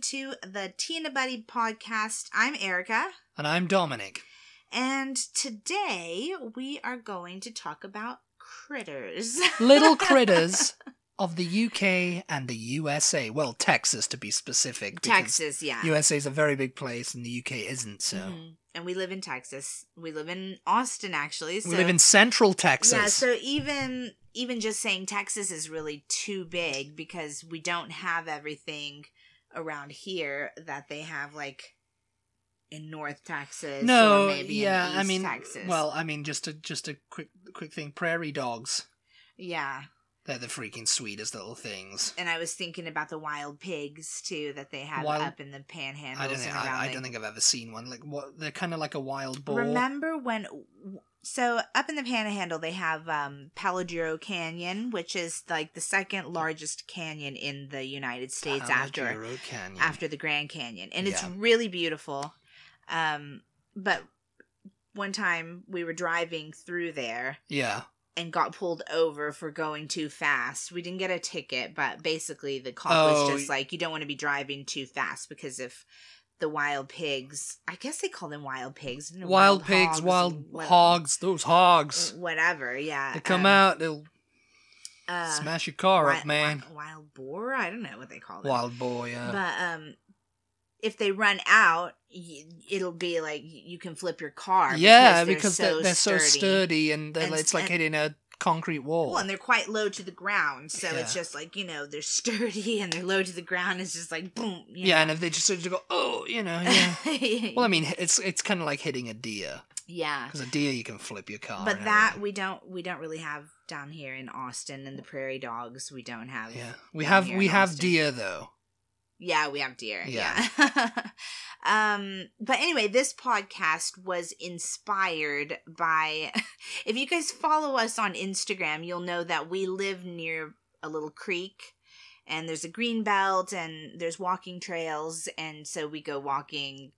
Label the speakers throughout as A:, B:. A: to the Tea and a Buddy podcast. I'm Erica,
B: And I'm Dominic.
A: and today we are going to talk about critters.
B: Little critters of the UK and the USA. Well, Texas to be specific. because
A: Texas, yeah.
B: USA is a very big place and the UK isn't, so.
A: Mhm. And we live in Texas. We live in Austin, actually. So
B: We live in central Texas.
A: Yeah, so even even just saying Texas is really too big because we don't have everything around here that they have like in North Texas.
B: no,
A: or maybe
B: yeah,
A: in East
B: I mean,
A: Texas.
B: well, I mean, just a just a quick quick thing. Prairie dogs,
A: yeah.
B: they're the freaking sweetest little things.
A: And I was thinking about the wild pigs too that they have
B: Wild-
A: up in the panhandles.
B: I don't think
A: and around
B: I, I
A: the-
B: don't think I've ever seen one. Like what? They're kind of like a wild boar.
A: Remember when? So up in the Panhandle, they have um, Paladuro Canyon, which is like the second largest canyon in the United States after
B: Aladuro Canyon.
A: after the Grand Canyon, and it's
B: Yeah.
A: really beautiful. Um, but one time we were driving through there
B: yeah,
A: and got pulled over for going too fast. We didn't get a ticket, but basically the cop
B: Oh,
A: was just like, "You don't want to be driving too fast because if the wild pigs, I guess they call them wild pigs, you know,
B: wild, pigs,
A: hogs
B: wild
A: and what-
B: hogs. Those hogs.
A: whatever. Yeah,
B: They come
A: um,
B: out, they'll
A: uh,
B: smash your car
A: wi-
B: up, man.
A: wi- Wild boar. I don't know what they call them.
B: Wild boy, uh. yeah.
A: But um, if they run out, y- it'll be like you can flip your car.
B: yeah, because they're, they're, so, sturdy.
A: sturdy.
B: and, they're,
A: And
B: like-
A: s-
B: it's like
A: and-
B: hitting a concrete wall.
A: Well, and they're quite low to the ground, so it's
B: Yeah.
A: just like you know they're sturdy and they're low to the ground. It's just like boom.
B: yeah. and if they just sort of go, oh, you know, yeah.
A: yeah.
B: well, I mean, it's it's kind of like hitting a deer
A: yeah.
B: because a deer you can flip your car.
A: But
B: and
A: that
B: everything.
A: we don't we don't really have down here in Austin and the prairie dogs. We don't have.
B: yeah, we
A: down
B: have
A: here
B: we
A: in
B: have
A: Austin.
B: deer though.
A: Yeah, we have deer.
B: Yeah.
A: Yeah. um but anyway, this podcast was inspired by if you guys follow us on Instagram, you'll know that we live near a little creek and there's a green belt and there's walking trails and so we go walking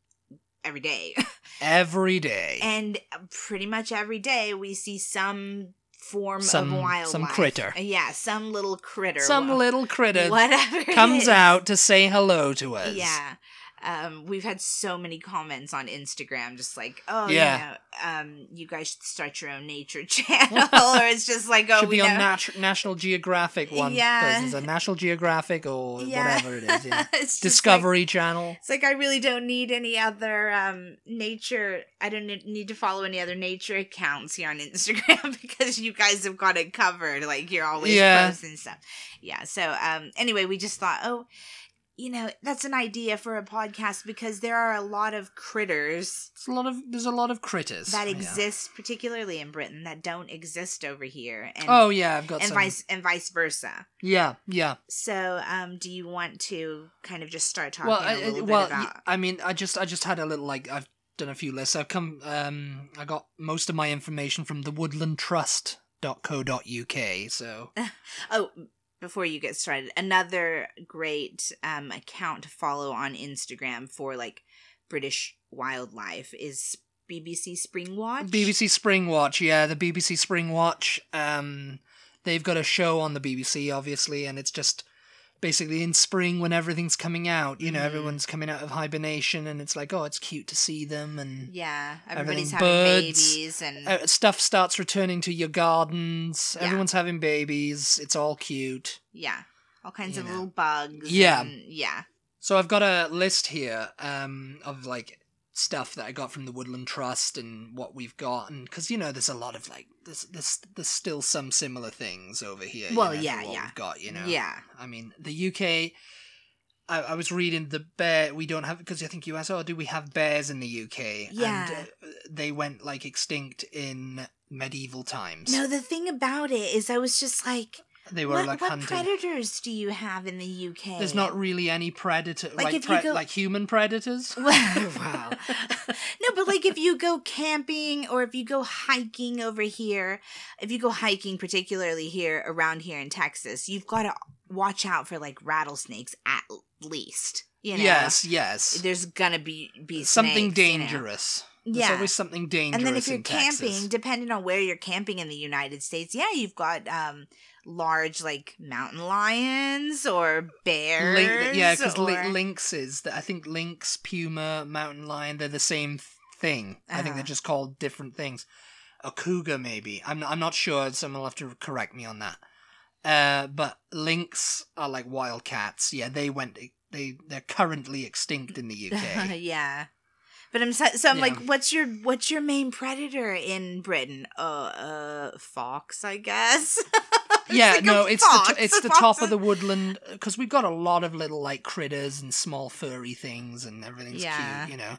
A: every day.
B: Every day,
A: and pretty much every day we see some form
B: Some-
A: of wildlife.
B: some critter.
A: Yeah, some little critter.
B: some
A: wha-
B: little critter
A: whatever it
B: comes
A: is.
B: out to say hello to us.
A: Yeah. Um, we've had so many comments on Instagram, just like, oh,
B: Yeah.
A: yeah, um, you guys should start your own nature channel, or it's just like, oh,
B: Should
A: we
B: be on
A: know-
B: Nat- National Geographic one.
A: Yeah.
B: Yeah, a National Geographic or
A: Yeah.
B: whatever it is. Yeah.
A: It's just like-
B: Discovery Channel.
A: it's like I really don't need any other um, nature. I don't ne- need to follow any other nature accounts here on Instagram because you guys have got it covered. Like you're always
B: Yeah.
A: posting stuff. Yeah. So um, anyway, we just thought, oh, you know, that's an idea for a podcast because there are a lot of critters
B: It's a lot of there's a lot of critters
A: that
B: Oh, yeah.
A: exists particularly in Britain that don't exist over here and
B: Oh yeah, I've got
A: and
B: some.
A: vice and vice versa.
B: yeah, yeah.
A: So, um do you want to kind of just start talking
B: Well,
A: a
B: I,
A: little
B: I-
A: bit
B: well,
A: about
B: y- I mean, I just I just had a little like I've done a few lists. I've come um I got most of my information from the Woodland Trust .co.uk so
A: Oh, before you get started, another great um account to follow on Instagram for like British wildlife is BBC Springwatch.
B: BBC Spring Watch yeah the BBC Spring Watch um they've got a show on the BBC obviously and it's just basically in spring when everything's coming out you know
A: Mhm.
B: everyone's coming out of hibernation and it's like oh it's cute to see them and
A: Yeah,
B: Everything.
A: everybody's having
B: Birds,
A: babies and
B: Uh, stuff starts returning to your gardens.
A: Yeah.
B: Everyone's having babies. It's all cute.
A: yeah, all kinds
B: you
A: of
B: know.
A: little bugs.
B: Yeah.
A: and- yeah.
B: So I've got a list here um, of like stuff that I got from the Woodland Trust and what we've got, and because you know there's a lot of like there's there's, there's still some similar things over here. you
A: Well,
B: know, to
A: yeah,
B: what
A: yeah.
B: We've got you know.
A: Yeah.
B: I mean the UK. I, I was reading the bear we don't have because I think you asked, oh, do we have bears in the UK?
A: Yeah.
B: And uh, they went like extinct in medieval times.
A: No, the thing about it is, I was just like,
B: they were
A: what,
B: like
A: what
B: hunted.
A: predators do you have in the UK?
B: There's not really any predator like
A: Like, if you
B: pre-
A: go-
B: like human predators.
A: wow. no, but like if you go camping or if you go hiking over here, if you go hiking, particularly here around here in Texas, you've got to watch out for like rattlesnakes at least. You know?
B: Yes, yes.
A: There's gonna be be
B: Something
A: snakes, you know?
B: dangerous. There's
A: yeah.
B: always something dangerous.
A: and then if you're
B: in
A: camping,
B: Texas.
A: depending on where you're camping in the United States, yeah, you've got um large like mountain lions or bears.
B: Link, yeah, because
A: or-
B: lynx is I think lynx, puma, mountain lion, they're the same th- thing. I think
A: Uh-huh.
B: they're just called different things. A cougar, maybe. I'm not, I'm not sure. Someone will have to correct me on that. Uh, but lynx are like wild cats. Yeah, they went. They they're currently extinct in the UK.
A: yeah. But I'm so, so I'm
B: Yeah.
A: like, what's your what's your main predator in Britain? Uh, uh, fox, I guess. It's
B: yeah,
A: like a
B: no, it's the
A: fox.
B: t- it's the
A: Fox
B: top
A: is-
B: of the woodland because we've got a lot of little like critters and small furry things and everything's
A: Yeah.
B: cute, you know.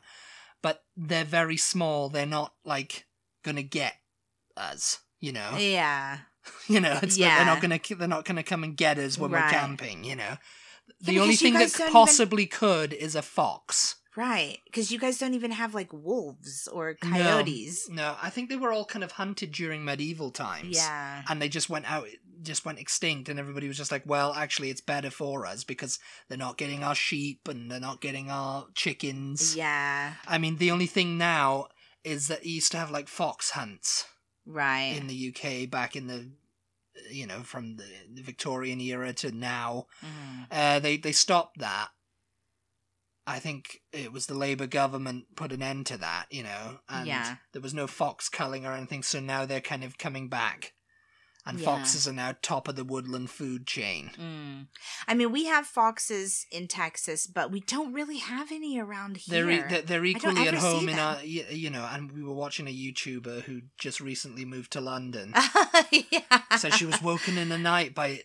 B: But they're very small. They're not like gonna get us, you know.
A: Yeah,
B: you know, it's not- they're
A: Eh, Yeah.
B: not gonna ki- they're not gonna come and get us when we're
A: Right.
B: camping, you know. The
A: because
B: only
A: you
B: thing that
A: guys don't even-
B: possibly could is a fox.
A: right. Because you guys don't even have like wolves or
B: No.
A: coyotes.
B: No, I think they were all kind of hunted during medieval times.
A: Yeah,
B: and they just went out just went extinct and everybody was just like well actually it's better for us because they're not getting our sheep and they're not getting our chickens
A: yeah,
B: i mean the only thing now is that you used to have like fox hunts
A: right.
B: in the uk back in the you know from the, the victorian era to now
A: Mm.
B: uh, they they stopped that I think it was the Labour government put an end to that, you know, and
A: Yeah.
B: there was no fox culling or anything, so now they're kind of coming back. And
A: Yeah.
B: foxes are now top of the woodland food chain.
A: Mm. I mean, we have foxes in Texas, but we don't really have any around here.
B: They're, e- they're, they're equally at
A: ever see
B: home in
A: them.
B: our, y- you know, and we were watching a YouTuber who just recently moved to London.
A: yeah.
B: said she was woken in the night by,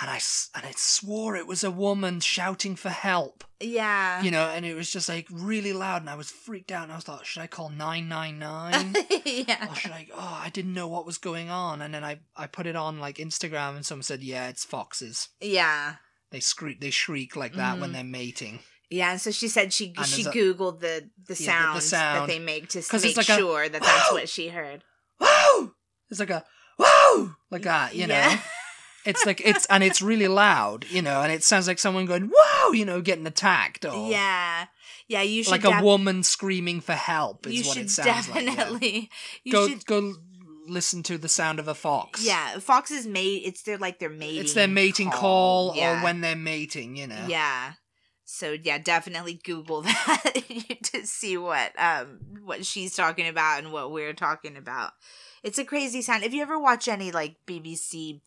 B: and I, s- and I swore it was a woman shouting for help.
A: yeah.
B: you know, and it was just like really loud, and I was freaked out, and I was like, should I call nine nine nine?
A: yeah.
B: Or should I? Oh, I didn't know what was going on, and then I I put it on like Instagram, and someone said, yeah, it's foxes.
A: Yeah.
B: They shriek, they shriek like that when
A: Mhm.
B: they're mating,
A: Yeah, and so she said she
B: And
A: she
B: there's a-
A: googled the the
B: Yeah, the- the
A: sounds
B: sound.
A: that they make to s-
B: 'Cause it's
A: make
B: like a-
A: sure that that's what she heard.
B: Whoa! It's like a whoa, like that, Uh, you know.
A: Yeah.
B: It's like it's and it's really loud, you know, and it sounds like someone going whoa, you know, getting attacked or
A: Yeah, yeah. You should
B: Oh. like a
A: def-
B: woman screaming for help is
A: You
B: what
A: should
B: it sounds like. yeah.
A: definitely. You
B: Go
A: should.
B: go listen to the sound of a fox.
A: Yeah, foxes mate. It's their like their mating.
B: it's their mating call,
A: yeah.
B: or when they're mating, you know.
A: Yeah. So yeah, definitely Google that to see what um what she's talking about and what we're talking about. It's a crazy sound. If you ever watch any like BBC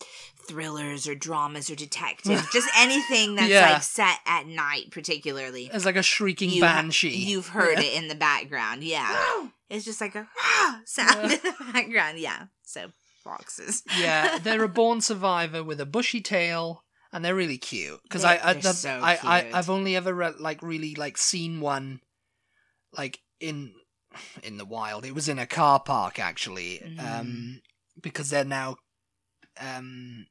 A: thrillers or dramas or detectives, just anything that's
B: Yeah.
A: like set at night, particularly,
B: It's like a shrieking
A: You-
B: banshee.
A: you've heard it in the background. Yeah, it's just like a "Ah," sound in the background. Yeah, so foxes.
B: yeah, they're a born survivor with a bushy tail, and they're really cute. Because
A: They-
B: I, I,
A: they're
B: the-
A: so
B: I, I,
A: cute.
B: I've only ever re- like really like seen one, like in, in the wild. It was in a car park actually,
A: Mm-hmm.
B: um, because they're now, um,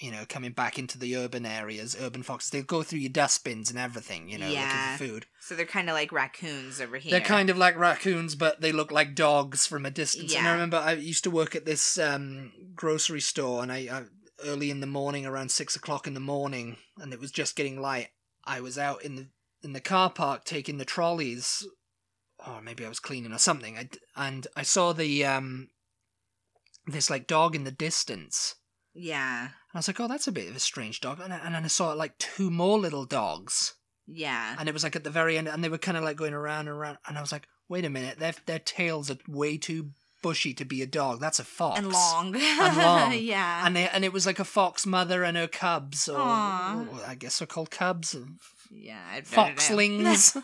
B: you know, coming back into the urban areas. Urban foxes, they go through your dustbins and everything, you know,
A: Yeah.
B: looking for food.
A: So they're kind of like raccoons over here.
B: They're kind of like raccoons, but they look like dogs from a distance. And I
A: Yeah.
B: remember I used to work at this um, grocery store, and I, I early in the morning, around six o'clock in the morning, and it was just getting light. I was out in the in the car park taking the trolleys, or maybe I was cleaning or something. I d and I saw the um, this like dog in the distance,
A: yeah,
B: and I was like, "Oh, that's a bit of a strange dog." And, I, and then I saw like two more little dogs
A: yeah.
B: and it was like at the very end, and they were kind of like going around and around, and I was like, wait a minute, their their tails are way too bushy to be a dog. That's a fox.
A: and long
B: And long.
A: yeah
B: And, they, and it was like a fox mother and her cubs, or,
A: Aw.
B: or I guess they're called cubs, and
A: yeah I
B: Foxlings.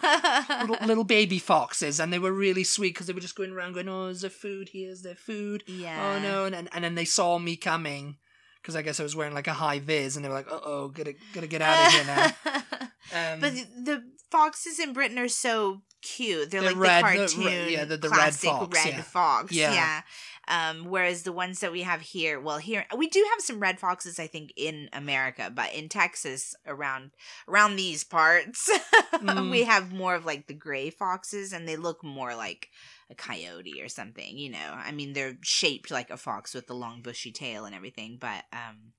B: little, little baby foxes, and they were really sweet because they were just going around going, oh, is there food? Here's their food.
A: yeah
B: Oh no! And, and and then they saw me coming because I guess I was wearing like a high vis, and they were like, uh oh, gotta gotta get out of here now. Um,
A: but the foxes in britain are so cute they're
B: They're
A: like
B: red,
A: the
B: the re-
A: cartoon
B: yeah, the- the red
A: classic
B: fox,
A: red
B: yeah.
A: fox,
B: Yeah.
A: yeah. um whereas the ones that we have here well here we do have some red foxes i think in america but in texas around around these parts
B: Mm.
A: we have more of like the gray foxes and they look more like a coyote or something you know i mean they're shaped like a fox with the long bushy tail and everything but um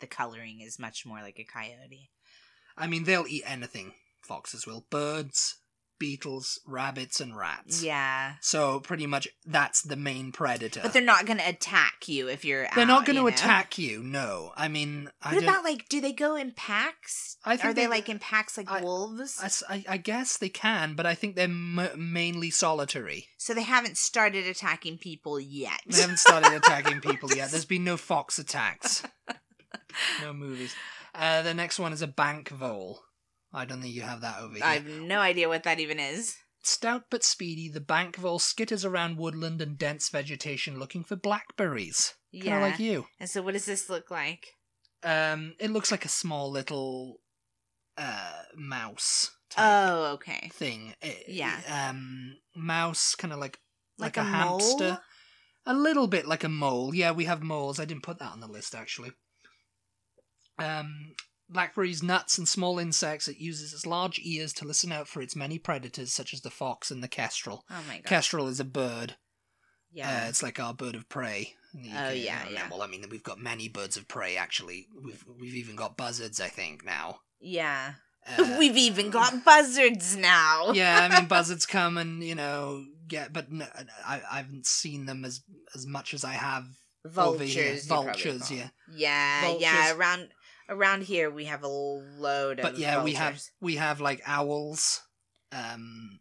A: the coloring is much more like a coyote
B: I mean, they'll eat anything. Foxes will. Birds, beetles, rabbits, and rats.
A: Yeah.
B: So pretty much that's the main predator.
A: But they're not going to attack you if you're.
B: They're
A: out,
B: not going
A: you
B: to
A: know?
B: attack you. No, I mean, I
A: What
B: don't.
A: about like? Do they go in packs?
B: I think
A: Are they,
B: they-
A: like in packs like
B: I-
A: wolves?
B: I s- I, I guess they can, but I think they're m- mainly solitary.
A: so they haven't started attacking people yet.
B: They haven't started attacking people yet. There's been no fox attacks. No movies. Uh, the next one is a bank vole. I don't think you have that over here.
A: I have no idea what that even is.
B: Stout but speedy, the bank vole skitters around woodland and dense vegetation looking for blackberries. Kind
A: Yeah.
B: of like you.
A: and so, what does this look like?
B: Um, it looks like a small little uh, mouse type
A: Oh, okay.
B: thing. It-
A: Yeah.
B: Um, mouse, kind of like
A: Like,
B: Like
A: a,
B: a
A: mole?
B: hamster? A little bit like a mole. Yeah, we have moles. I didn't put that on the list actually. Um, blackberries, nuts, and small insects. It uses its large ears to listen out for its many predators, such as the fox and the kestrel.
A: Oh my gosh.
B: Kestrel is a bird. Uh,
A: yeah.
B: it's like our bird of prey. in the
A: Oh,
B: UK.
A: yeah,
B: Um,
A: yeah.
B: Well, I mean, we've got many birds of prey actually. We've we've even got buzzards, I think now.
A: yeah.
B: Uh,
A: We've even got buzzards now.
B: yeah, I mean buzzards come and you know get, but no, I, I haven't seen them as as much as I have over
A: Vultures.
B: here.
A: you probably
B: vultures,
A: call
B: yeah.
A: them. Yeah, yeah.
B: Vultures.
A: Around around here, we have a load of.
B: But yeah, we have
A: vultures.
B: we have like owls, um,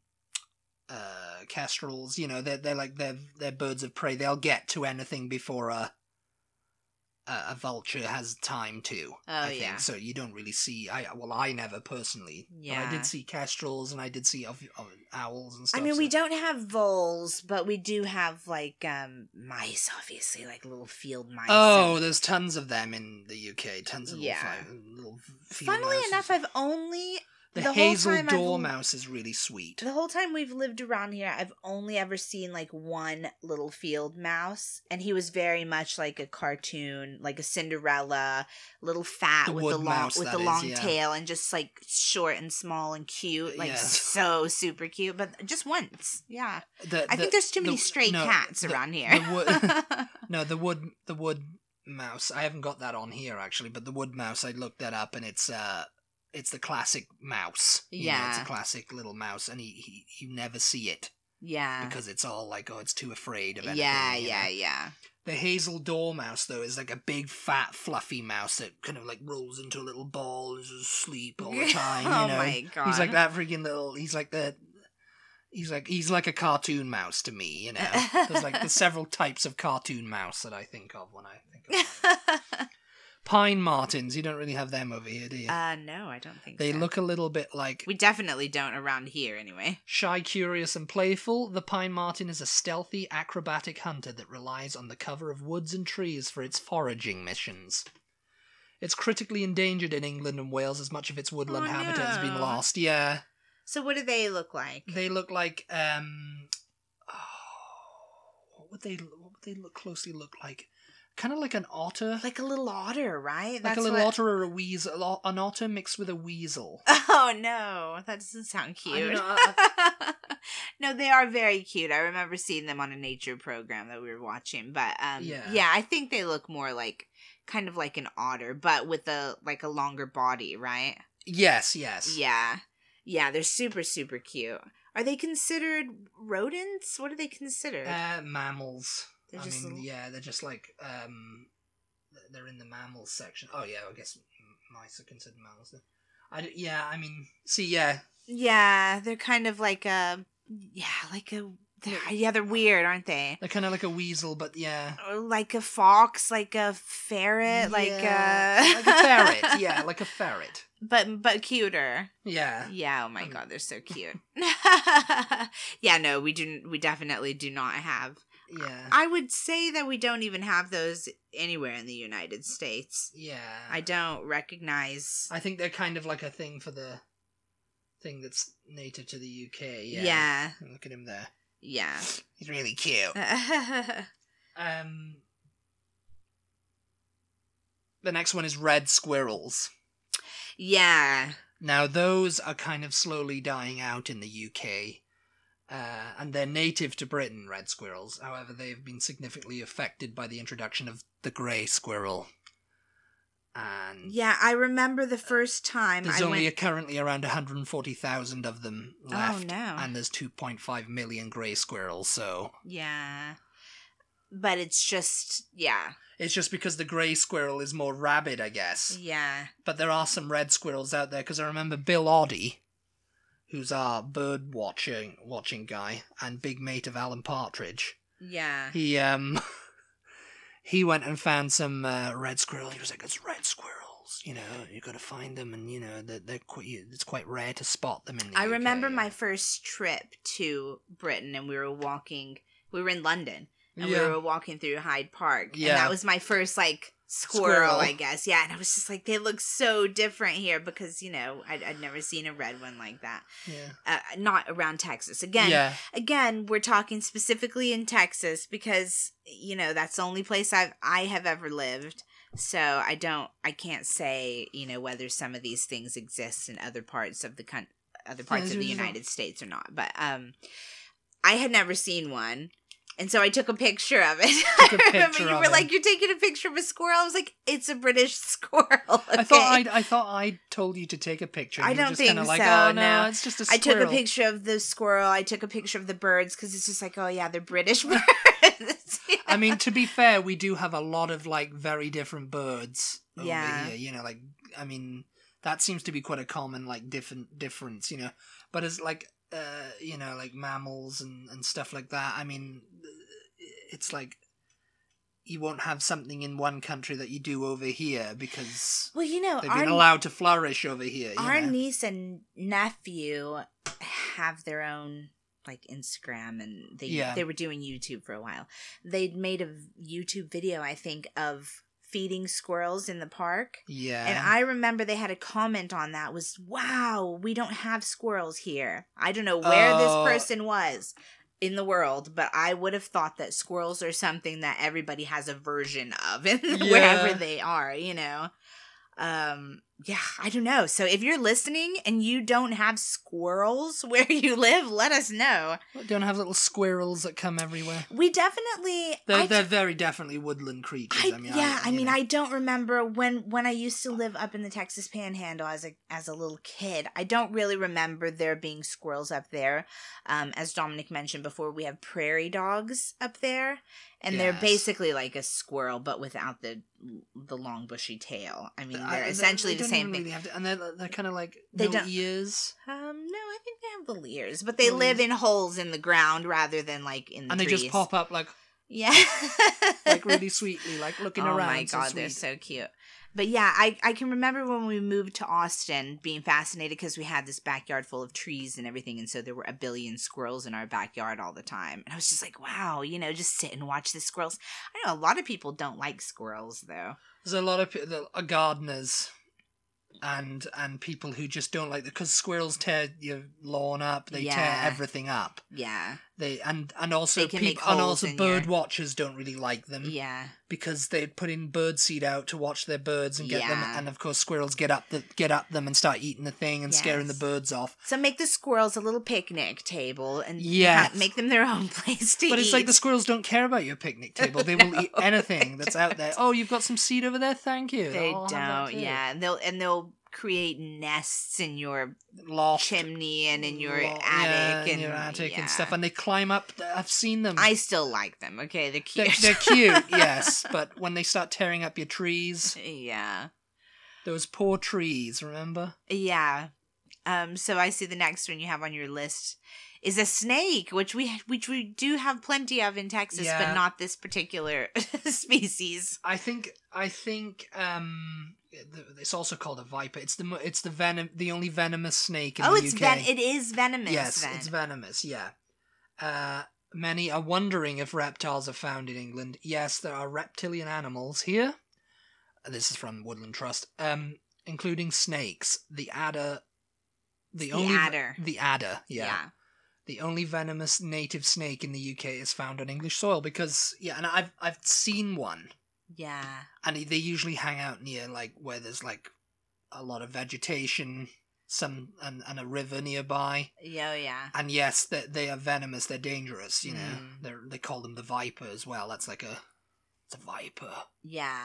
B: uh, kestrels. You know, they're they're like they're they're birds of prey. They'll get to anything before a a, a vulture has time to.
A: Oh,
B: I think.
A: yeah.
B: So you don't really see. I well, I never personally. But I
A: Yeah.
B: did see kestrels and I did see of, of owls and stuff.
A: I mean, we
B: so-
A: don't have voles, but we do have like um mice, obviously, like little field mice.
B: Oh,
A: and-
B: there's tons of them in the UK. Tons of
A: Yeah.
B: yeah. little field
A: funnily
B: mice and
A: enough,
B: stuff.
A: I've only
B: the,
A: the whole
B: hazel
A: time I've-
B: dormouse is really sweet.
A: the whole time we've lived around here, I've only ever seen like one little field mouse, and he was very much like a cartoon, like a Cinderella, little fat
B: The
A: with
B: wood
A: the long
B: mouse,
A: with
B: that
A: the
B: is,
A: long
B: yeah.
A: tail, and just like short and small and cute, like
B: Yes.
A: so super cute. But just once, yeah.
B: The-
A: I
B: the-
A: think there's too many
B: the-
A: stray
B: no,
A: cats
B: the-
A: around here.
B: the wood- No, the wood the wood mouse. I haven't got that on here actually, but the wood mouse. I looked that up, and it's uh, it's the classic mouse. You know, it's
A: Yeah.
B: a classic little mouse, and he, he you never see it
A: yeah.
B: because it's all like, oh, it's too afraid of anything.
A: Uh, Yeah,
B: you
A: yeah,
B: know?
A: yeah.
B: The hazel dormouse though is like a big, fat, fluffy mouse that kind of like rolls into a little ball and is asleep all the time.
A: oh
B: You know,
A: my god.
B: he's like that freaking little. He's like the. He's like he's like a cartoon mouse to me, you know. There's like there's several types of cartoon mouse that I think of when I think of mine. pine martins. You don't really have them over here, do you?
A: uh, no, I don't think
B: they
A: so.
B: look a little bit like
A: We definitely don't around here, anyway.
B: shy, curious, and playful. The pine martin is a stealthy, acrobatic hunter that relies on the cover of woods and trees for its foraging missions. It's critically endangered in England and Wales as much of its woodland
A: Oh,
B: habitat has been
A: no.
B: lost. Yeah.
A: So, what do they look like?
B: They look like um oh, what would they what would they look closely look like? Kind of like an otter. Like,
A: like a little otter, right?
B: a little
A: what-
B: otter or a weasel an otter mixed with a weasel.
A: Oh no, that doesn't sound
B: I don't
A: cute.
B: know,
A: no, they are very cute. I remember seeing them on a nature program that we were watching, but um, yeah,
B: Yeah.
A: I think they look more like kind of like an otter, but with a like a longer body, right?
B: Yes, yes.
A: Yeah, yeah, they're super super cute. Are they considered rodents? What are they considered?
B: Uh, mammals.
A: they're
B: I
A: just
B: mean,
A: little-
B: yeah, they're just like um th- they're in the mammals section. Oh yeah, I guess m- mice are considered mammals. Then. I d- yeah, I mean, see, yeah,
A: yeah, they're kind of like a yeah, like a they're, yeah, they're weird, aren't they? Uh,
B: they're kind of like a weasel, but yeah,
A: like a fox, like a ferret, like uh,
B: Yeah,
A: a
B: like a ferret, yeah, like a ferret,
A: but but cuter.
B: yeah.
A: Yeah, oh my
B: Um,
A: god, they're so cute. yeah, no, we do we definitely do not have.
B: Yeah.
A: I would say that we don't even have those anywhere in the United States.
B: Yeah.
A: I don't recognize
B: I think they're kind of like a thing for the thing that's native to the UK. Yeah.
A: Yeah.
B: Look at him there.
A: Yeah.
B: He's really cute. Um The next one is red squirrels.
A: yeah.
B: Now those are kind of slowly dying out in the UK. Uh, and they're native to Britain, red squirrels. However, they've been significantly affected by the introduction of the grey squirrel. and
A: Yeah, I remember the first time
B: there's
A: I
B: only
A: went.
B: currently around 140,000 of them
A: oh
B: left,
A: no.
B: and there's 2.5 million grey squirrels. So
A: yeah. But it's just yeah.
B: it's just because the grey squirrel is more rabid, I guess.
A: Yeah.
B: But there are some red squirrels out there because I remember Bill Oddie, who's our bird watching watching guy and big mate of Alan Partridge.
A: Yeah.
B: He um he went and found some uh, red squirrel. He was like, "It's red squirrels, you know. You got to find them, and you know they're, they're quite, it's quite rare to spot them in the
A: I
B: UK."
A: remember my first trip to Britain and we were walking we were in London and
B: yeah.
A: we were walking through Hyde Park. And
B: Yeah.
A: that was my first like squirrel,
B: Squirrel.
A: I guess. Yeah. And I was just like, they look so different here because, you know, I'd, I'd never seen a red one like that.
B: yeah.
A: Uh, not around Texas. Again,
B: yeah.
A: again, we're talking specifically in Texas because, you know, that's the only place I've, I have ever lived. So I don't, I can't say, you know, whether some of these things exist in other parts of the country. Other parts
B: it's
A: of the
B: really not-
A: United States or not, but um, I had never seen one, and so I took a picture of it.
B: Took a
A: I remember
B: picture
A: you
B: of
A: were
B: it.
A: like, "You're taking a picture of a squirrel." I was like, "It's a British squirrel."
B: I thought I I thought I told you to take a picture. and
A: I
B: you were
A: don't
B: just kinda
A: think
B: like,
A: so,
B: Oh,
A: no.
B: it's just a
A: I took
B: squirrel.
A: a picture of the squirrel. I took a picture of the birds because it's just like, oh yeah, they're British birds.
B: I mean, to be fair, we do have a lot of like very different birds over
A: Yeah.
B: here. You know, like I mean, that seems to be quite a common like different difference. You know, but as like uh, you know, like mammals and and stuff like that. I mean, uh, it's like you won't have something in one country that you do over here because
A: well, you know,
B: they've
A: our
B: been allowed to flourish over here. You
A: our
B: know?
A: niece and nephew have their own like Instagram, and they
B: Yeah.
A: they were doing YouTube for a while. They'd made a YouTube video, I think, of feeding squirrels in the park.
B: yeah,
A: And I remember they had a comment on that was, "Wow, we don't have squirrels here." I don't know where
B: Oh.
A: this person was in the world, but I would have thought that squirrels are something that everybody has a version of in
B: Yeah.
A: wherever they are, you know. Um yeah, I don't know. So if you're listening and you don't have squirrels where you live, let us know.
B: don't have little squirrels that come everywhere.
A: We definitely
B: They're,
A: I
B: they're very definitely woodland creatures. I, mean,
A: yeah, I,
B: you
A: mean,
B: know.
A: I don't remember when when I used to live up in the Texas Panhandle as a as a little kid. I don't really remember there being squirrels up there. Um, as Dominic mentioned before, we have prairie dogs up there, and they're
B: Yes.
A: basically like a squirrel but without the the long bushy tail. I mean,
B: I-
A: they're
B: they-
A: essentially the
B: they don't
A: same
B: even
A: thing.
B: really have to- and they're, they're kind of like
A: They
B: no
A: don't-
B: ears,
A: Um, no, I think they have the ears, but they
B: Mm.
A: live in holes in the ground rather than like in the
B: and they just
A: trees.
B: pop up like
A: Yeah,
B: like really sweetly, like looking
A: oh
B: around.
A: my
B: so
A: god,
B: sweet.
A: they're so cute. But yeah, I, I can remember when we moved to Austin being fascinated because we had this backyard full of trees and everything. And so there were a billion squirrels in our backyard all the time. And I was just like, wow, you know, just sit and watch the squirrels. I know a lot of people don't like squirrels, though.
B: There's a lot of pe- there are gardeners and and people who just don't like because squirrels tear your lawn up. They
A: Yeah.
B: tear everything up.
A: Yeah.
B: They and and also
A: They can
B: peop-
A: make
B: and
A: holes
B: also
A: in your-
B: bird watchers don't really like them
A: Yeah.
B: because they put in bird seed out to watch their birds and get
A: Yeah.
B: them. And of course, squirrels get up the, get up them and start eating the thing and scaring the
A: Yes.
B: birds off.
A: So make the squirrels a little picnic table and yeah,
B: Yes.
A: make them their own place to eat.
B: But it's like the squirrels don't care about your picnic table. They will eat
A: No,
B: anything
A: they
B: that's out there. Oh, you've got some seed over there. Thank you.
A: They
B: I'll have that
A: don't,
B: too."
A: yeah. And they'll, and they'll create nests in your
B: Loft,
A: chimney and in your
B: lo-
A: attic
B: yeah,
A: and
B: in your attic
A: yeah.
B: and stuff. And they climb up. I've seen them.
A: I still like them. Okay, they're
B: they're,
A: cute.
B: they're cute, yes. But when they start tearing up your trees,
A: yeah,
B: those poor trees. Remember?
A: yeah. Um, so I see the next one you have on your list is a snake, which we which we do have plenty of in Texas,
B: Yeah.
A: but not this particular species.
B: I think. I think. um th- It's also called a viper. It's the. mo- It's the venom. The only venomous snake in
A: oh,
B: the
A: it's
B: UK.
A: ven- it is venomous.
B: Yes,
A: then.
B: it's venomous. Yeah. Uh, many are wondering if reptiles are found in England. Yes, there are reptilian animals here. This is from Woodland Trust. Um, including snakes, the adder, the,
A: The
B: only ve-
A: adder.
B: the adder. Yeah.
A: yeah.
B: the only venomous native snake in the UK is found on English soil because yeah, and I've I've seen one,
A: yeah,
B: and they usually hang out near like where there's like a lot of vegetation, some and, and a river nearby.
A: yeah, oh, yeah.
B: And yes, they, they are venomous. They're dangerous. You know,
A: Mm.
B: they they call them the viper as well. That's like a, it's a viper.
A: Yeah.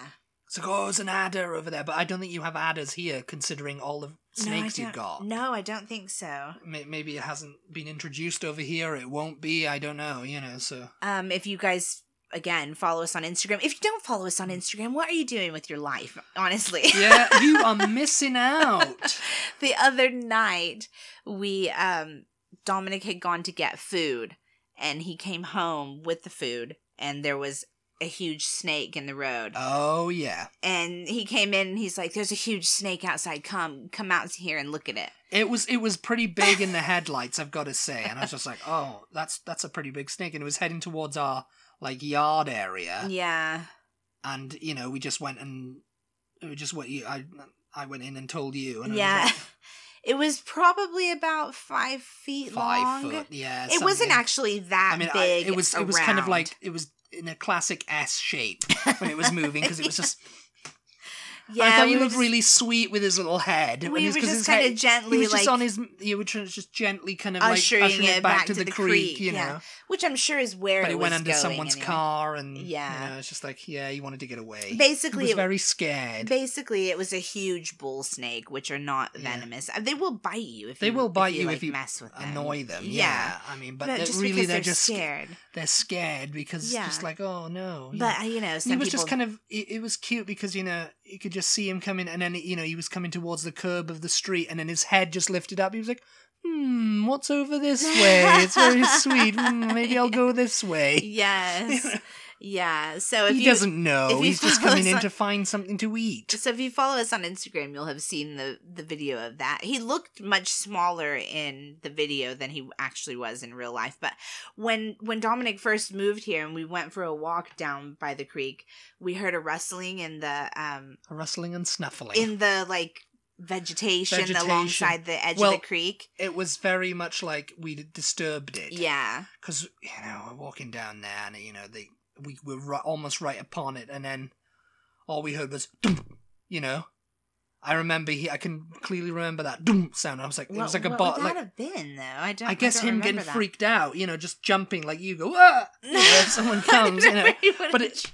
B: It's like, oh, there's an adder over there, but I don't think you have adders here, considering all the snakes
A: no, I
B: you've
A: don't-
B: got.
A: No, I don't think so.
B: May- Maybe it hasn't been introduced over here. It won't be. I don't know. You know. So
A: Um, if you guys again follow us on Instagram, if you don't follow us on
B: Mm.
A: Instagram, what are you doing with your life? Honestly,
B: yeah, you are missing out.
A: the other night we um Dominic had gone to get food, and he came home with the food, and there was a huge snake in the road.
B: Oh yeah,
A: and he came in and he's like, "There's a huge snake outside. Come, come out here and look at it."
B: it was it was pretty big in the headlights. I've got to say, and I was just like, oh, that's that's a pretty big snake, and it was heading towards our like yard area.
A: Yeah,
B: and you know we just went and we just went you i i went in and told you and
A: Yeah.
B: it was
A: it was probably about five feet
B: like five
A: long.
B: foot yeah
A: It wasn't
B: something.
A: actually that
B: i mean I,
A: big.
B: it was it was kind of
A: around.
B: like it was in a classic s shape when it was moving because it was just
A: yeah,
B: i thought
A: we
B: he
A: were
B: looked
A: just-
B: really sweet with his little head and
A: We
B: his-
A: were
B: 'cause
A: just
B: his
A: kind
B: head-
A: of gently
B: he was
A: like,
B: just on his you were trying to just gently kind of like
A: Ushering
B: ushering,
A: it
B: it back, to, the, creek, you know
A: yeah. which I'm sure is where
B: but it
A: it
B: went
A: was
B: under
A: going
B: someone's
A: anyway.
B: car and
A: Yeah.
B: yeah you know, it's just like yeah he wanted to get away he
A: Basically,
B: was
A: it
B: very scared
A: basically it was a huge bull snake, which are not
B: Yeah.
A: venomous. Uh, They will bite you if
B: They
A: you,
B: will bite you
A: like,
B: if you
A: mess with them,
B: annoy them yeah, i mean but,
A: but,
B: they're-
A: just
B: really
A: because
B: they're,
A: they're
B: just scared.
A: scared.
B: they're scared because
A: Yeah.
B: just like oh no you know.
A: But uh, you know,
B: And he
A: some
B: was
A: people
B: just kind of it, it was cute because you know you could just see him coming and then you know he was coming towards the curb of the street and then his head just lifted up he was like hmm what's over this way it's very sweet Hmm, maybe i'll go this way
A: yes, yeah. So if
B: he
A: you
B: doesn't
A: if
B: know
A: you
B: he's just
A: follow
B: coming
A: us
B: in
A: on-
B: to find something to eat
A: so if you follow us on Instagram, you'll have seen the the video of that. He looked much smaller in the video than he actually was in real life. But when when Dominic first moved here and we went for a walk down by the creek, we heard a rustling in the um
B: a rustling and snuffling
A: in the like vegetation,
B: Vegetation.
A: alongside the edge
B: Well-
A: of the creek.
B: it was very much like we disturbed it
A: Yeah.
B: because you know we're walking down there and you know they we were ri- almost right upon it and then all we heard was "Dum," you know i remember he i can clearly remember that "Dum" sound i was like it was like a
A: what
B: bot
A: Would that
B: like
A: have been though? I don't.
B: i guess
A: don't
B: him getting
A: remember that.
B: freaked out you know just jumping like you go ah! you know, if someone comes you know but it-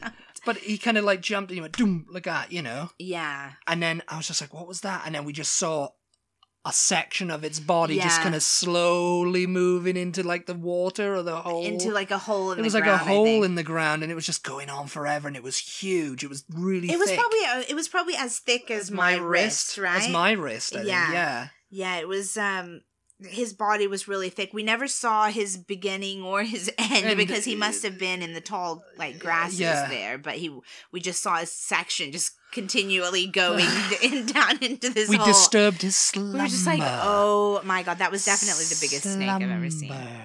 B: but he kind of like jumped and he went Dum, like that you know
A: yeah.
B: and then i was just like what was that and then we just saw a section of its body just
A: Yeah.
B: kind of slowly moving into like the water or the hole
A: into like a hole in
B: Oh, it
A: the
B: was like
A: ground,
B: a
A: I
B: hole
A: think.
B: in the ground and it was just going on forever and it was huge it was really
A: it was
B: thick.
A: probably uh, it was probably as thick as my, wrist, right
B: as my wrist I
A: Yeah.
B: think. yeah
A: yeah it was um his body was really thick we never saw his beginning or his end
B: And,
A: because he
B: uh,
A: must have been in the tall like grasses
B: yeah.
A: there but he we just saw his section just continually going in, down into this
B: we
A: hole
B: disturbed his slumber
A: we were just like oh my god that was definitely the biggest snake i've ever seen
B: Slumber.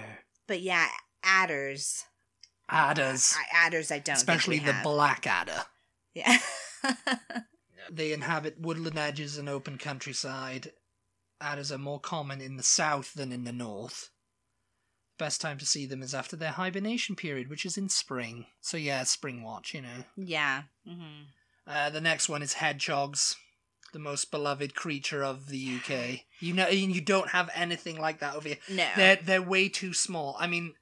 A: but yeah adders
B: adders
A: I- adders i don't
B: especially
A: think we
B: the
A: have.
B: black adder
A: yeah
B: they inhabit woodland edges and open countryside adders are more common in the south than in the north best time to see them is after their hibernation period which is in spring so yeah spring watch you know
A: yeah hmm
B: Uh, the next one is hedgehogs, the most beloved creature of the UK. You know, and you don't have anything like that over here.
A: no
B: They're they're way too small. I mean,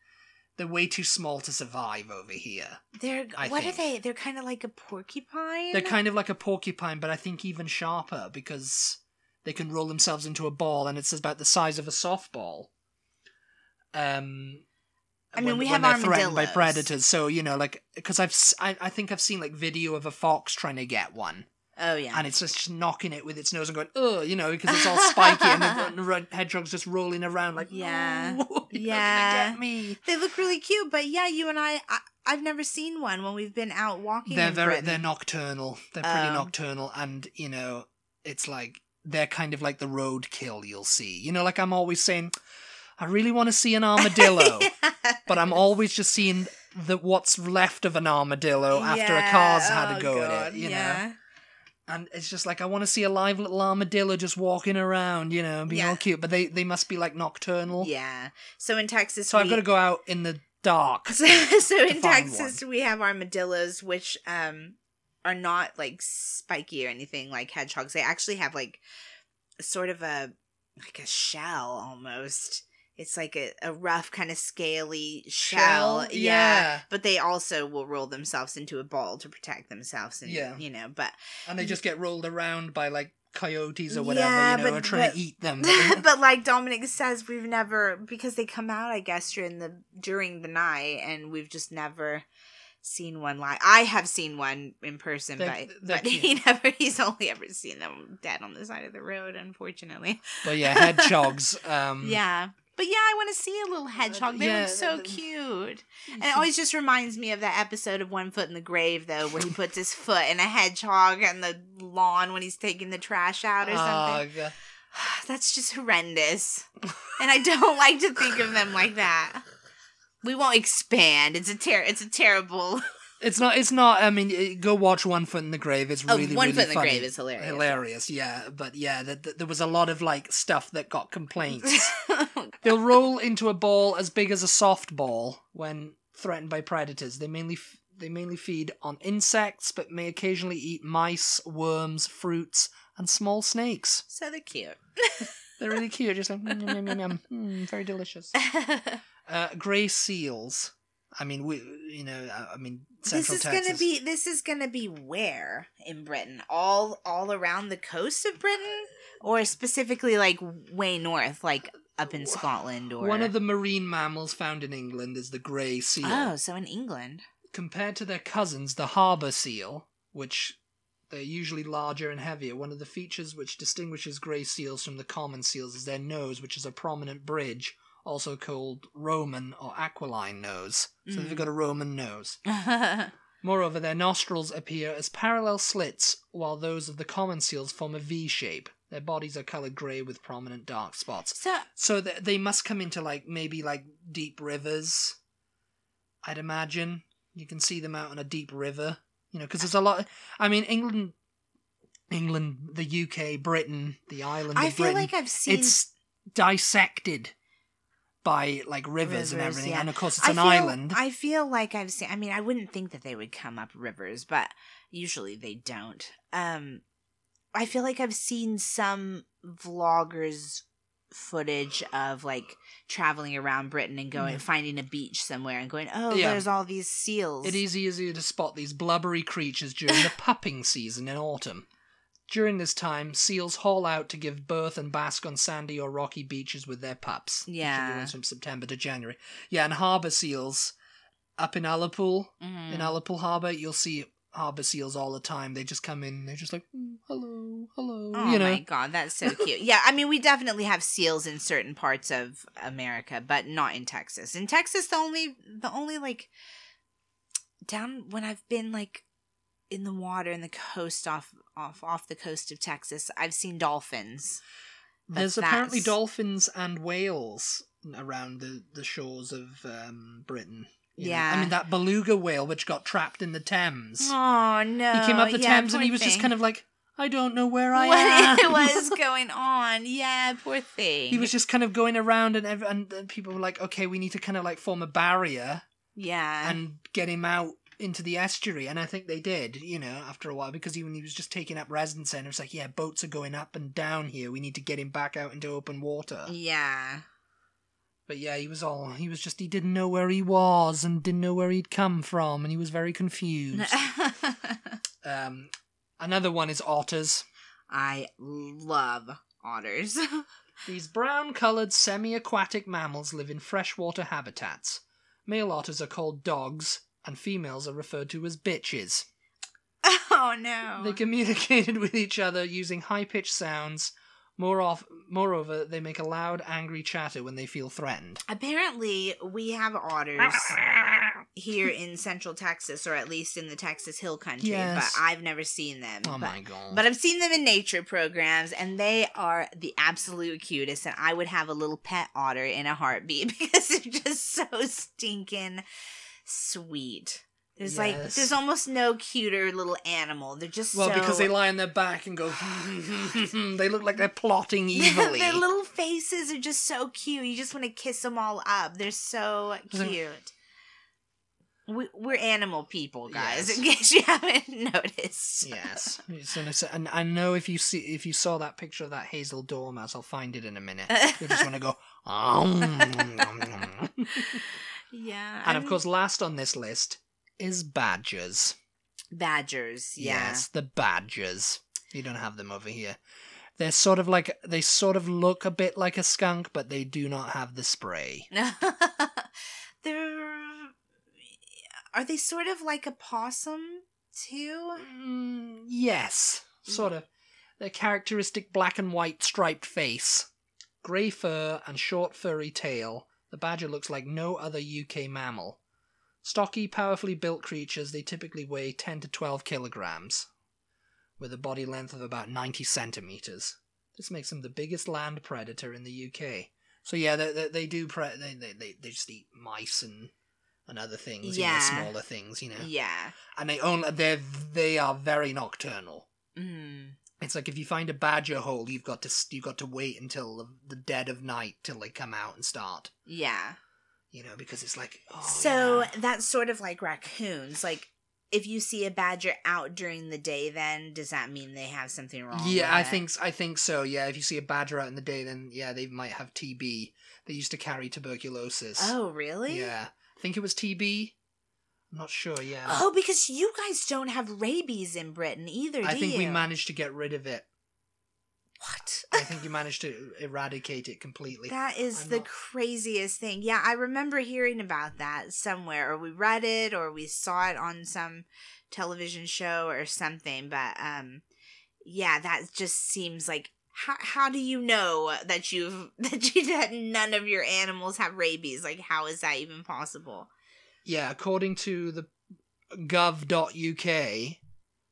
B: they're way too small to survive over here.
A: They're
B: I
A: what
B: think.
A: are they? They're kind of like a porcupine.
B: They're kind of like a porcupine, but I think even sharper because they can roll themselves into a ball, and it's about the size of a softball. Um.
A: I mean,
B: when-
A: we have
B: when they're threatened by
A: armadillos.
B: predators, so you know, like, because I've, s- I, I think I've seen like video of a fox trying to get one,
A: oh yeah,
B: and it's just knocking it with its nose and going, oh, you know, because it's all spiky and the, the red hedgehog's just rolling around like,
A: Yeah.
B: "No, you're
A: Yeah.
B: gonna get me.
A: they look really cute. But yeah, you and I, I I've never seen one when we've been out walking.
B: They're
A: in
B: very,
A: Britain.
B: they're nocturnal. They're pretty
A: Oh.
B: nocturnal, and you know, it's like they're kind of like the roadkill you'll see. You know, like I'm always saying, I really want to see an armadillo,
A: Yeah.
B: but I'm always just seeing the what's left of an armadillo after a car's had
A: Oh,
B: a go at
A: God,
B: it. You know.
A: yeah.
B: and it's just like I want to see a live little armadillo just walking around, you know, being
A: Yeah.
B: all cute. But they they must be like nocturnal.
A: Yeah. So in Texas,
B: So I've
A: we-
B: got to go out in the dark.
A: So, so in
B: find one.
A: Texas, we have armadillos, which um are not like spiky or anything like hedgehogs. They actually have like sort of a like a shell almost. It's like a, a rough, kind of scaly shell. yeah. But they also will roll themselves into a ball to protect themselves. And,
B: Yeah.
A: You know, but
B: And they just get rolled around by like coyotes or whatever,
A: Yeah,
B: you know,
A: but-
B: are trying
A: but-
B: to eat them.
A: but like Dominic says, we've never because they come out, I guess, during the during the night, and we've just never seen one live. I have seen one in person,
B: They're-
A: but
B: they're
A: but he
B: cute.
A: never he's only ever seen them dead on the side of the road, unfortunately.
B: but yeah, hedgehogs. Um,
A: yeah. But yeah, I want to see a little hedgehog. They
B: Uh, yeah,
A: look so
B: the-
A: cute. And it always just reminds me of that episode of One Foot in the Grave, though, where he puts his foot in a hedgehog on the lawn when he's taking the trash out or something.
B: Ah, God.
A: That's just horrendous. And I don't like to think of them like that. We won't expand. It's a ter- it's a terrible
B: It's not. It's not. I mean, eh, go watch One Foot in the Grave. It's
A: Oh,
B: really,
A: One
B: really
A: Foot in the
B: funny.
A: Grave is hilarious.
B: hilarious. Yeah, but yeah, th- th- there was a lot of like stuff that got complaints. They'll roll into a ball as big as a softball when threatened by predators. They mainly f- they mainly feed on insects, but may occasionally eat mice, worms, fruits, and small snakes.
A: so they're cute.
B: They're really cute. Just like "Mm, yum, yum, yum, yum. Mm, very delicious. Uh, gray seals. I mean, we you know, uh, I- I mean,
A: this
B: Central
A: is
B: Texas.
A: gonna be this is gonna be where in Britain? All all around the coast of Britain? Or specifically like way north, like up in Scotland or
B: One of the marine mammals found in England is the grey seal.
A: Oh, so in England.
B: Compared to their cousins, the harbour seal, which they're usually larger and heavier, one of the features which distinguishes grey seals from the common seals is their nose, which is a prominent bridge, also called Roman or aquiline nose. So
A: Mm.
B: they've got a Roman nose. Moreover, their nostrils appear as parallel slits, while those of the common seals form a V shape. Their bodies are coloured grey with prominent dark spots.
A: so
B: So th- they must come into like maybe like deep rivers. I'd imagine you can see them out on a deep river, you know, because there's a lot. I mean, England, England, the UK, Britain, the island.
A: I
B: of
A: feel
B: Britain,
A: like I've seen
B: it's dissected by like rivers, and
A: Rivers,
B: everything,
A: yeah.
B: and of course it's an
A: I feel,
B: island.
A: I feel like I've seen. I mean, I wouldn't think that they would come up rivers, but usually they don't. Um, I feel like I've seen some vloggers footage of like traveling around Britain and going
B: Mhm.
A: finding a beach somewhere and going, oh,
B: Yeah.
A: there's all these seals.
B: It is easier to spot these blubbery creatures during the pupping season in autumn. During this time, seals haul out to give birth and bask on sandy or rocky beaches with their pups. Usually
A: Yeah.
B: runs from September to January. Yeah, and harbour seals up in Alipool,
A: Mm.
B: in Alipool Harbour, you'll see harbour seals all the time. They just come in, they're just like, "Mm, hello, hello,
A: Oh
B: you know.
A: my god, that's so cute. Yeah, I mean, we definitely have seals in certain parts of America, but not in Texas. In Texas, the only the only like down when I've been like in the water in the coast off off off the coast of Texas, I've seen dolphins.
B: There's
A: that's-
B: apparently dolphins and whales around the, the shores of um, Britain. you know.
A: Yeah.
B: I mean, that beluga whale which got trapped in the Thames.
A: Oh no!
B: he came up the Thames and he was just kind of like, I don't know where I am.
A: what was going on? Yeah, poor thing.
B: he was just kind of going around, and ev- and then people were like, okay, we need to kind of like form a barrier
A: yeah.
B: and get him out into the estuary. And I think they did, you know, after a while, because even he was just taking up residence and it was like, yeah, boats are going up and down here. We need to get him back out into open water.
A: yeah.
B: But yeah, he was all he was just he didn't know where he was and didn't know where he'd come from, and he was very confused. um, another one is otters.
A: I love otters.
B: These brown coloured semi aquatic mammals live in freshwater habitats. Male otters are called dogs, and females are referred to as bitches.
A: oh no!
B: They communicated with each other using high pitched sounds. More off, moreover, they make a loud, angry chatter when they feel threatened.
A: Apparently, we have otters here in central Texas, or at least in the Texas Hill Country,
B: Yes.
A: but I've never seen them.
B: Oh
A: but,
B: my god.
A: but I've seen them in nature programs, and they are the absolute cutest. And I would have a little pet otter in a heartbeat because they're just so stinking sweet. There's like
B: Yes.
A: there's almost no cuter little animal. They're just
B: well,
A: so...
B: because they lie on their back and go, they look like they're plotting evilly.
A: Their little faces are just so cute. You just want to kiss them all up. They're so
B: They're-
A: cute. We, we're animal people, guys.
B: Yes.
A: In case you haven't noticed.
B: Yes, It's an- it's- and I know if you see if you saw that picture of that hazel dormouse, I'll find it in a minute. You just want to go. "Om, nom, nom."
A: yeah.
B: and of
A: I'm-
B: course, last on this list is badgers.
A: badgers. Yeah.
B: Yes, the badgers. You don't have them over here. They're sort of like they sort of look a bit like a skunk, but they do not have the spray.
A: They're are they sort of like a possum too?
B: Mm, yes, sort of. Their characteristic black and white striped face, grey fur, and short furry tail, the badger looks like no other UK mammal. Stocky, powerfully built creatures, they typically weigh 10 to 12 kilograms, with a body length of about 90 centimetres. This makes them the biggest land predator in the UK. So yeah, they, they, they do pre- they, they, they they just eat mice and, and other things,
A: Yeah.
B: you know, smaller things, you know
A: Yeah.
B: and they only they they are very nocturnal.
A: Mm.
B: It's like if you find a badger hole, you've got to s- you've got to wait until the, the dead of night till they come out and start.
A: Yeah.
B: You know, because it's like oh,
A: so
B: yeah.
A: that's sort of like raccoons. Like if you see a badger out during the day then does that mean they have something wrong?
B: Yeah,
A: with
B: I
A: it?
B: think s- I think so. Yeah, if you see a badger out in the day, then yeah, they might have TB. They used to carry tuberculosis.
A: Oh, really?
B: yeah, I think it was TB. I'm not sure. Yeah,
A: Oh, because you guys don't have rabies in Britain either,
B: I
A: do
B: think we
A: you?
B: managed to get rid of it.
A: What?
B: I think you managed to e-, eradicate it completely.
A: That is
B: I'm
A: the
B: not-
A: craziest thing. Yeah, I remember hearing about that somewhere, or we read it, or we saw it on some television show or something. But um, yeah, that just seems like how how do you know that you've that you that none of your animals have rabies? Like, how is that even possible?
B: Yeah, according to the gov.uk,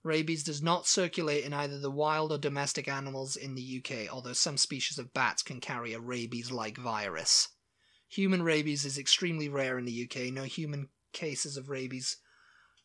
B: rabies does not circulate in either the wild or domestic animals in the UK, although some species of bats can carry a rabies like virus. Human rabies is extremely rare in the UK. No human cases of rabies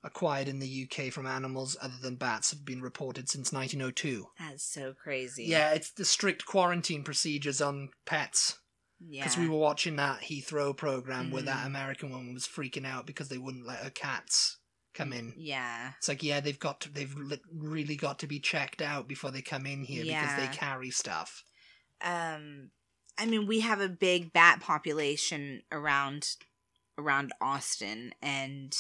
B: acquired in the UK from animals other than bats have been reported since 1902.
A: That's so crazy.
B: Yeah, it's the strict quarantine procedures on pets.
A: yeah.
B: Because we were watching that Heathrow program where that
A: Mhm.
B: American woman was freaking out because they wouldn't let her cats come in.
A: Yeah.
B: It's like, yeah, they've got to, they've li- really got to be checked out before they come in here because
A: Yeah.
B: they carry stuff.
A: um i mean we have a big bat population around around austin and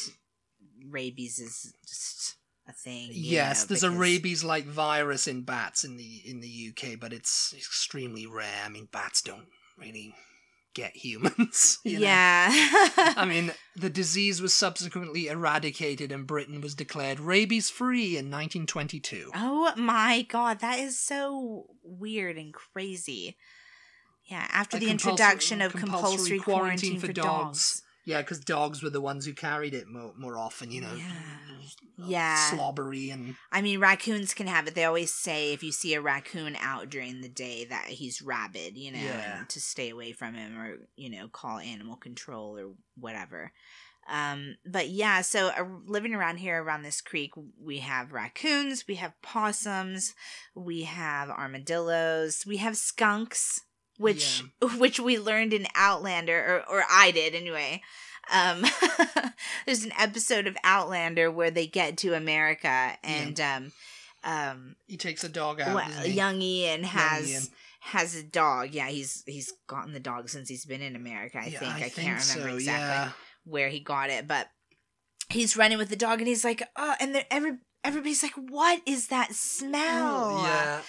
A: rabies is just a thing you
B: yes,
A: know,
B: there's a
A: because-
B: rabies-like virus in bats in the in the UK, but it's extremely rare. I mean, bats don't really get humans. you know? Um,
A: yeah
B: I mean, the disease was subsequently eradicated and Britain was declared rabies free in 1922.
A: oh my god that is so weird and crazy yeah after
B: A
A: the
B: compulsory-
A: introduction of compulsory,
B: compulsory
A: quarantine, for, dogs,
B: Yeah, because dogs were the ones who carried it more, more often, you know.
A: Yeah. yeah
B: Slobbery and.
A: i mean raccoons can have it they always say if you see a raccoon out during the day that he's rabid you know
B: Yeah.
A: and to stay away from him or you know call animal control or whatever um but yeah so uh, living around here around this creek we have raccoons we have possums we have armadillos we have skunks which which we learned in outlander or, or i did anyway um there's an episode of outlander where they get to america and um um
B: He takes a dog out.
A: well,
B: doesn't he?
A: young ian has
B: Ian.
A: has a dog yeah he's he's gotten the dog since he's been in america i
B: Yeah,
A: think i, can't remember
B: so,
A: exactly
B: yeah.
A: where he got it, but he's running with the dog and he's like, oh, and then every everybody's like, what is that smell?
B: Oh, Yeah.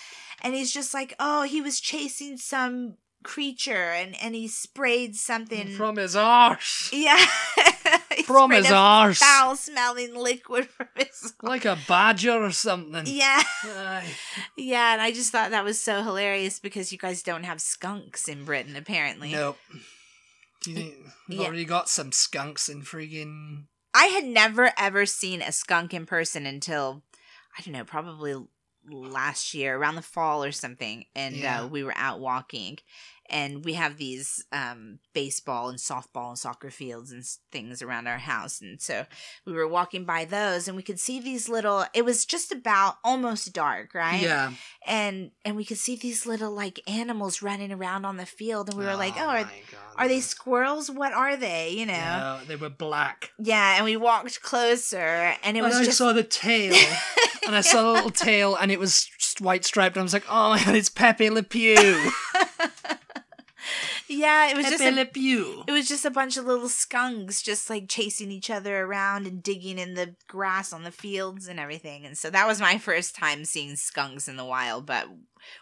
A: And he's just like, oh, he was chasing some creature and and he
B: Mm,
A: sprayed something.
B: From his arse.
A: yeah. He
B: From
A: sprayed
B: his
A: a
B: arse.
A: Foul smelling liquid from his.
B: Like a badger or something.
A: Yeah,
B: Aye.
A: yeah, and I just thought that was so hilarious because you guys don't have skunks in Britain, apparently.
B: Nope. Do you think we've
A: Yeah.
B: already got some skunks in friggin'
A: I had never ever seen a skunk in person until I don't know, probably last year around the fall or something and
B: Yeah.
A: uh, we were out walking and we have these um, baseball and softball and soccer fields and s- things around our house and so we were walking by those and we could see these little it was just about almost dark right
B: Yeah.
A: and and we could see these little like animals running around on the field and we were like oh are,
B: my God.
A: are they squirrels what are they you know yeah,
B: Yeah, they were black.
A: and we walked closer and it
B: and
A: was
B: I
A: just
B: saw the tail, and I saw the little tail, and it was s- white striped. And I was like, "Oh my god, it's Pepe Le Pew!
A: yeah it was just
B: Pepe
A: a-
B: Le Pew!"
A: It was just a bunch of little skunks just like chasing each other around and digging in the grass on the fields and everything. And so that was my first time seeing skunks in the wild, but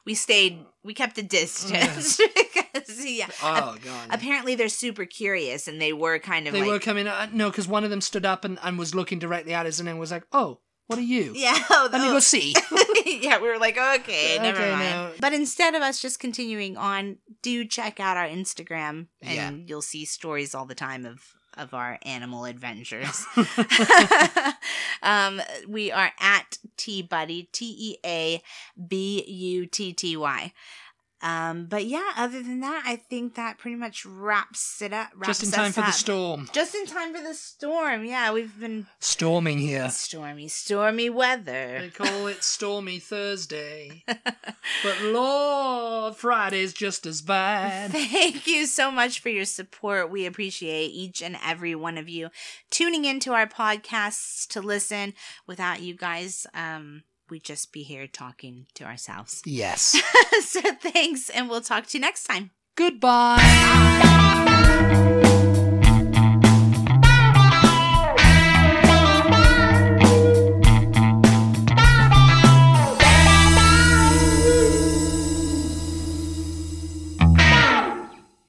A: we stayed, we kept a distance because, yeah.
B: Oh god!
A: Apparently they're super curious and they were kind of
B: they
A: like.
B: were coming. Uh, no, because one of them stood up and, and was looking directly at us, and then was like, "Oh, what are you?"
A: yeah. oh,
B: Let me
A: oh.
B: go see.
A: yeah, we were like, okay, never
B: Okay,
A: mind.
B: no.
A: But instead of us just continuing on, do check out our Instagram, and
B: Yeah.
A: you'll see stories all the time of of our animal adventures. um, we are at T Buddy T E A B U T T Y. Um, but yeah, other than that, I think that pretty much wraps it up. Wraps
B: Just in time
A: us
B: for the
A: up.
B: storm.
A: Just in time for the storm. Yeah, we've been
B: Storming here.
A: stormy, stormy
B: They
A: weather.
B: call it Stormy Thursday, but Lord, Friday's just as bad.
A: Thank you so much for your support. We appreciate each and every one of you tuning into our podcasts to listen. Without you guys, um, we'd just be here talking to ourselves.
B: Yes.
A: so thanks, and we'll talk to you next time.
B: Goodbye.